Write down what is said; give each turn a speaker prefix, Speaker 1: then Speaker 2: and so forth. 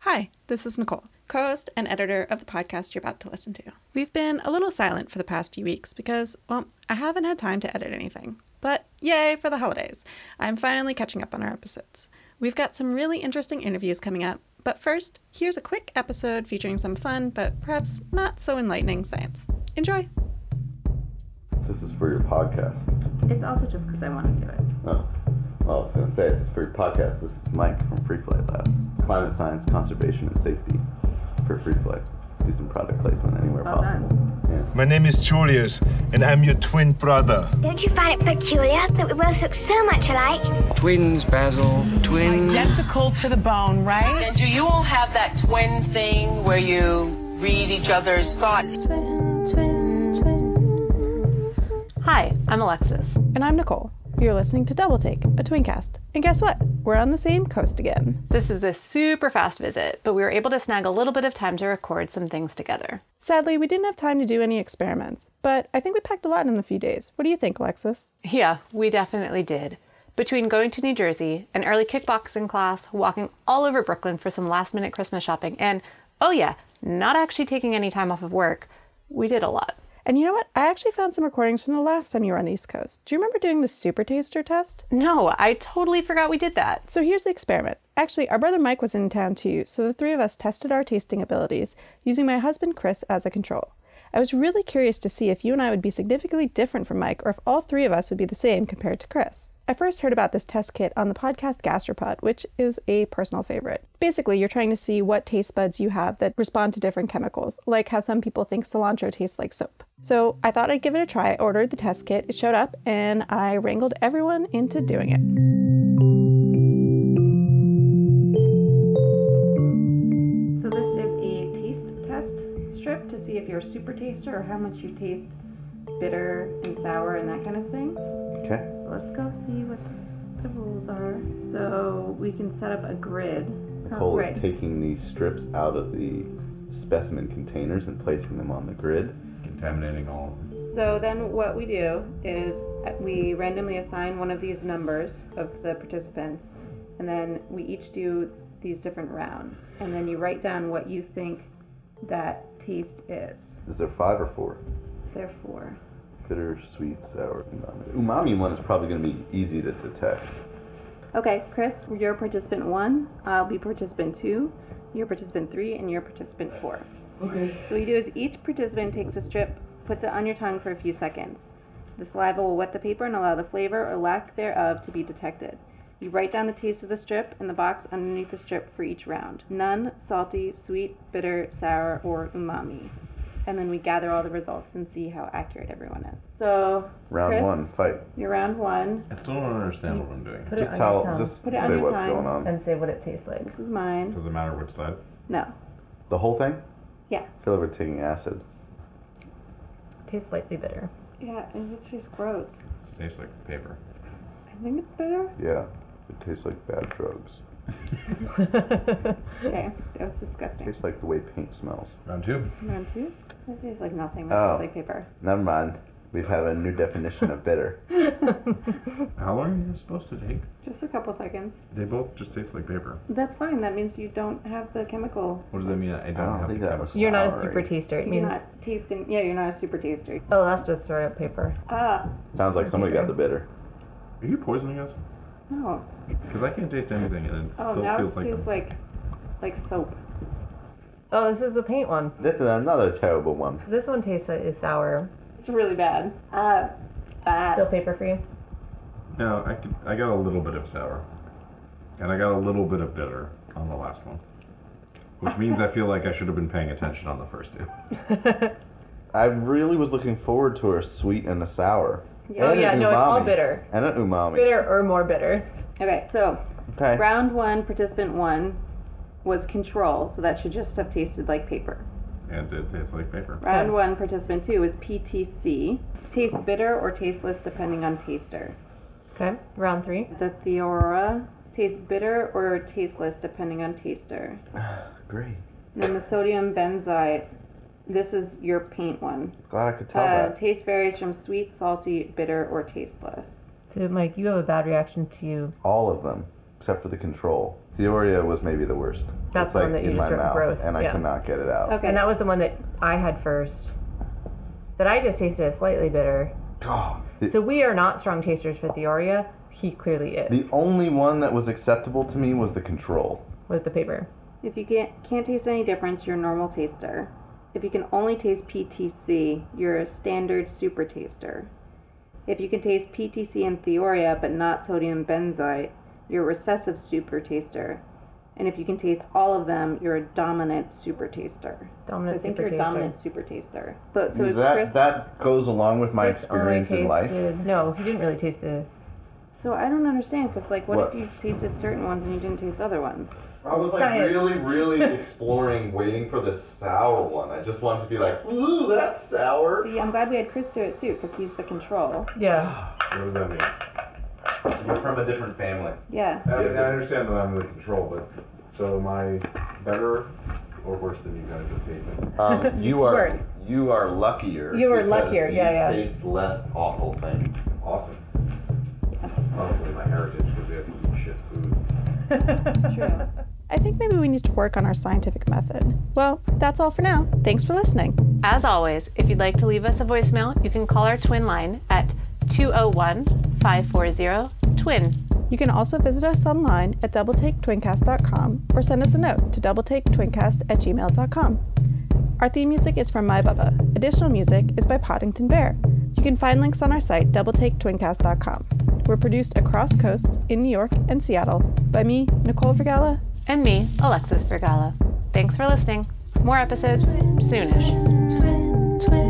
Speaker 1: Hi, this is Nicole, co host and editor of the podcast you're about to listen to. We've been a little silent for the past few weeks because, well, I haven't had time to edit anything. But yay for the holidays! I'm finally catching up on our episodes. We've got some really interesting interviews coming up, but first, here's a quick episode featuring some fun, but perhaps not so enlightening science. Enjoy!
Speaker 2: This is for your podcast.
Speaker 3: It's also just because I want to do it.
Speaker 2: Oh, well, I was going to say, if it's for your podcast, this is Mike from Free Flight Lab. Climate science, conservation, and safety for Free Flight. Do some product placement anywhere
Speaker 3: Well
Speaker 2: possible. Yeah.
Speaker 4: My name is Julius, and I'm your twin brother.
Speaker 5: Don't you find it peculiar that we both look so much alike?
Speaker 6: Twins, Basil. Twins.
Speaker 7: identical to the bone, right?
Speaker 8: And do you all have that twin thing where you read each other's thoughts?
Speaker 9: Hi, I'm Alexis.
Speaker 1: And I'm Nicole. You're listening to Double Take, a Twincast. And guess what? We're on the same coast again.
Speaker 9: This is a super fast visit, but we were able to snag a little bit of time to record some things together.
Speaker 1: Sadly, we didn't have time to do any experiments, but I think we packed a lot in a few days. What do you think, Alexis?
Speaker 9: Yeah, we definitely did. Between going to New Jersey, an early kickboxing class, walking all over Brooklyn for some last minute Christmas shopping, and oh yeah, not actually taking any time off of work, we did a lot.
Speaker 1: And you know what? I actually found some recordings from the last time you were on the East Coast. Do you remember doing the super taster test?
Speaker 9: No, I totally forgot we did that.
Speaker 1: So here's the experiment. Actually, our brother Mike was in town too, so the three of us tested our tasting abilities using my husband Chris as a control. I was really curious to see if you and I would be significantly different from Mike or if all three of us would be the same compared to Chris. I first heard about this test kit on the podcast Gastropod, which is a personal favorite. Basically, you're trying to see what taste buds you have that respond to different chemicals, like how some people think cilantro tastes like soap. So I thought I'd give it a try, I ordered the test kit, it showed up, and I wrangled everyone into doing it.
Speaker 3: So this is a taste test strip to see if you're a super taster or how much you taste bitter and sour and that kind of thing.
Speaker 2: Okay.
Speaker 3: Let's go see what this, the rules are. So we can set up a grid. Oh,
Speaker 2: Nicole
Speaker 3: right.
Speaker 2: is taking these strips out of the specimen containers and placing them on the grid. Contaminating all of them.
Speaker 3: So then what we do is uh, we randomly assign one of these numbers of the participants, and then we each do these different rounds. And then you write down what you think that taste is.
Speaker 2: Is there five or four?
Speaker 3: Therefore,
Speaker 2: Bitter, sweet, sour, umami. The umami one is probably going to be easy to detect.
Speaker 3: okay, Chris, you're participant one. I'll be participant two. You're participant three, and you're participant four.
Speaker 2: Okay.
Speaker 3: So what you do is each participant takes a strip, puts it on your tongue for a few seconds. The saliva will wet the paper and allow the flavor or lack thereof to be detected. You write down the taste of the strip in the box underneath the strip for each round. None, salty, sweet, bitter, sour, or umami. And then we gather all the results and see how accurate everyone is. So
Speaker 2: Round
Speaker 3: Chris,
Speaker 2: one, fight.
Speaker 3: You're round one.
Speaker 10: I still don't understand what I'm doing.
Speaker 2: Just tell, just
Speaker 3: Put it on
Speaker 2: say
Speaker 3: your
Speaker 2: what's
Speaker 3: tongue
Speaker 2: going on.
Speaker 7: And say what it tastes like.
Speaker 3: This is mine.
Speaker 10: Does it matter which side?
Speaker 3: No.
Speaker 2: The whole thing?
Speaker 3: Yeah.
Speaker 2: I feel like we're taking acid.
Speaker 7: Tastes slightly bitter.
Speaker 3: Yeah, it's just gross.
Speaker 10: It tastes like paper.
Speaker 3: I think it's bitter.
Speaker 2: Yeah. It tastes like bad drugs.
Speaker 3: Okay, that was disgusting.
Speaker 2: tastes like the way paint smells.
Speaker 10: Round two.
Speaker 3: Round two? That tastes like nothing. That
Speaker 2: Oh.
Speaker 3: tastes like paper.
Speaker 2: Never mind. We have a new definition of bitter.
Speaker 10: How long are you supposed to take?
Speaker 3: Just a couple seconds.
Speaker 10: They both just taste like paper.
Speaker 3: That's fine. That means you don't have the chemical.
Speaker 10: What does that mean? I don't,
Speaker 2: I don't
Speaker 10: have
Speaker 2: think
Speaker 10: the
Speaker 2: that
Speaker 10: chemi-
Speaker 2: was.
Speaker 7: You're not a
Speaker 2: sour,
Speaker 7: super
Speaker 2: right?
Speaker 7: taster. It
Speaker 3: You're
Speaker 7: means,
Speaker 3: not tasting. Yeah, you're not a super taster.
Speaker 7: oh, that's just throw out paper.
Speaker 3: Ah,
Speaker 2: Sounds like somebody got the bitter.
Speaker 10: Are you poisoning us?
Speaker 3: no.
Speaker 10: Because I can't taste anything, and it
Speaker 3: Oh,
Speaker 10: still
Speaker 3: now it
Speaker 10: feels like.
Speaker 3: tastes like, like soap.
Speaker 7: Oh, this is the paint one.
Speaker 2: This is another terrible one.
Speaker 7: This one tastes like is sour.
Speaker 3: It's really bad. Uh,
Speaker 7: Still paper free.
Speaker 10: no, I could, I got a little bit of sour, and I got a little bit of bitter on the last one, which means I feel like I should have been paying attention on the first two.
Speaker 2: I really was looking forward to a sweet and a sour.
Speaker 7: Oh
Speaker 2: And an
Speaker 7: yeah, no, it's all
Speaker 2: umami.
Speaker 7: bitter.
Speaker 2: And an umami.
Speaker 7: Bitter or more bitter.
Speaker 3: okay, so
Speaker 2: Okay.
Speaker 3: round one, participant one, was control. So that should just have tasted like paper.
Speaker 10: and it tastes like paper.
Speaker 3: Round one, participant two is PTC. Taste bitter or tasteless depending on taster.
Speaker 7: Okay. Round three.
Speaker 3: The Theora tastes bitter or tasteless depending on taster.
Speaker 2: Great.
Speaker 3: And then the sodium benzoate. This is your paint one.
Speaker 2: Glad I could tell
Speaker 3: Uh,
Speaker 2: that.
Speaker 3: taste varies from sweet, salty, bitter, or tasteless.
Speaker 7: So Mike, you have a bad reaction to
Speaker 2: all of them. except for the control. The Oreo was maybe the worst. It's,
Speaker 7: That's the
Speaker 2: like
Speaker 7: one that you
Speaker 2: in
Speaker 7: just
Speaker 2: my
Speaker 7: wrote
Speaker 2: mouth,
Speaker 7: gross,
Speaker 2: and I
Speaker 7: yeah.
Speaker 2: could not get it out.
Speaker 3: Okay.
Speaker 7: And that was the one that I had first. That I just tasted as slightly bitter.
Speaker 2: Oh, the,
Speaker 7: So we are not strong tasters with the Oreo. He clearly
Speaker 2: the
Speaker 7: is.
Speaker 2: only one that was acceptable to me was the control.
Speaker 7: was the paper.
Speaker 3: If you can't, can't taste any difference, you're a normal taster. If you can only taste PTC, you're a standard super taster. If you can taste PTC and Theoria but not sodium benzoate, you're a recessive super taster. And if you can taste all of them, you're a dominant super taster. so
Speaker 7: Dominant
Speaker 3: I think
Speaker 7: super
Speaker 3: you're a
Speaker 7: taster.
Speaker 3: dominant super taster. But so is
Speaker 2: that
Speaker 3: Chris.
Speaker 2: that goes along with my
Speaker 7: Chris only
Speaker 2: experience in life.
Speaker 7: tasted. No, he didn't really taste the.
Speaker 3: So I don't understand because like, what,
Speaker 2: What?
Speaker 3: if you tasted certain ones and you didn't taste other ones?
Speaker 2: I was like
Speaker 7: Science.
Speaker 2: really, really exploring, waiting for the sour one. I just wanted to be like, ooh, that's sour.
Speaker 3: See, I'm glad we had Chris do it too because he's the control.
Speaker 7: Yeah.
Speaker 10: What does that mean?
Speaker 2: We're from a different family.
Speaker 3: Yeah.
Speaker 10: I, mean, I understand that I'm in control, but so am I better or worse than you guys at tasting?
Speaker 2: Um, you are
Speaker 7: Worse.
Speaker 2: you are luckier.
Speaker 7: You are
Speaker 2: because
Speaker 7: luckier,
Speaker 2: you
Speaker 7: yeah, yeah.
Speaker 2: Taste less awful things.
Speaker 10: Awesome. Probably my heritage because we have to eat shit food.
Speaker 3: True.
Speaker 1: I think maybe we need to work on our scientific method. Well, that's all for now. Thanks for listening.
Speaker 9: As always, if you'd like to leave us a voicemail, you can call our twin line at 201 540 TWIN.
Speaker 1: You can also visit us online at doubletaketwincast.com or send us a note to doubletaketwincast at gmail.com. Our theme music is from My Bubba. Additional music is by Poddington Bear. You can find links on our site, doubletaketwincast.com. We're produced across coasts in New York and Seattle by me, Nicole Vergala,
Speaker 9: And me, Alexis Vergala. Thanks for listening. More episodes soonish.
Speaker 11: twin, twin.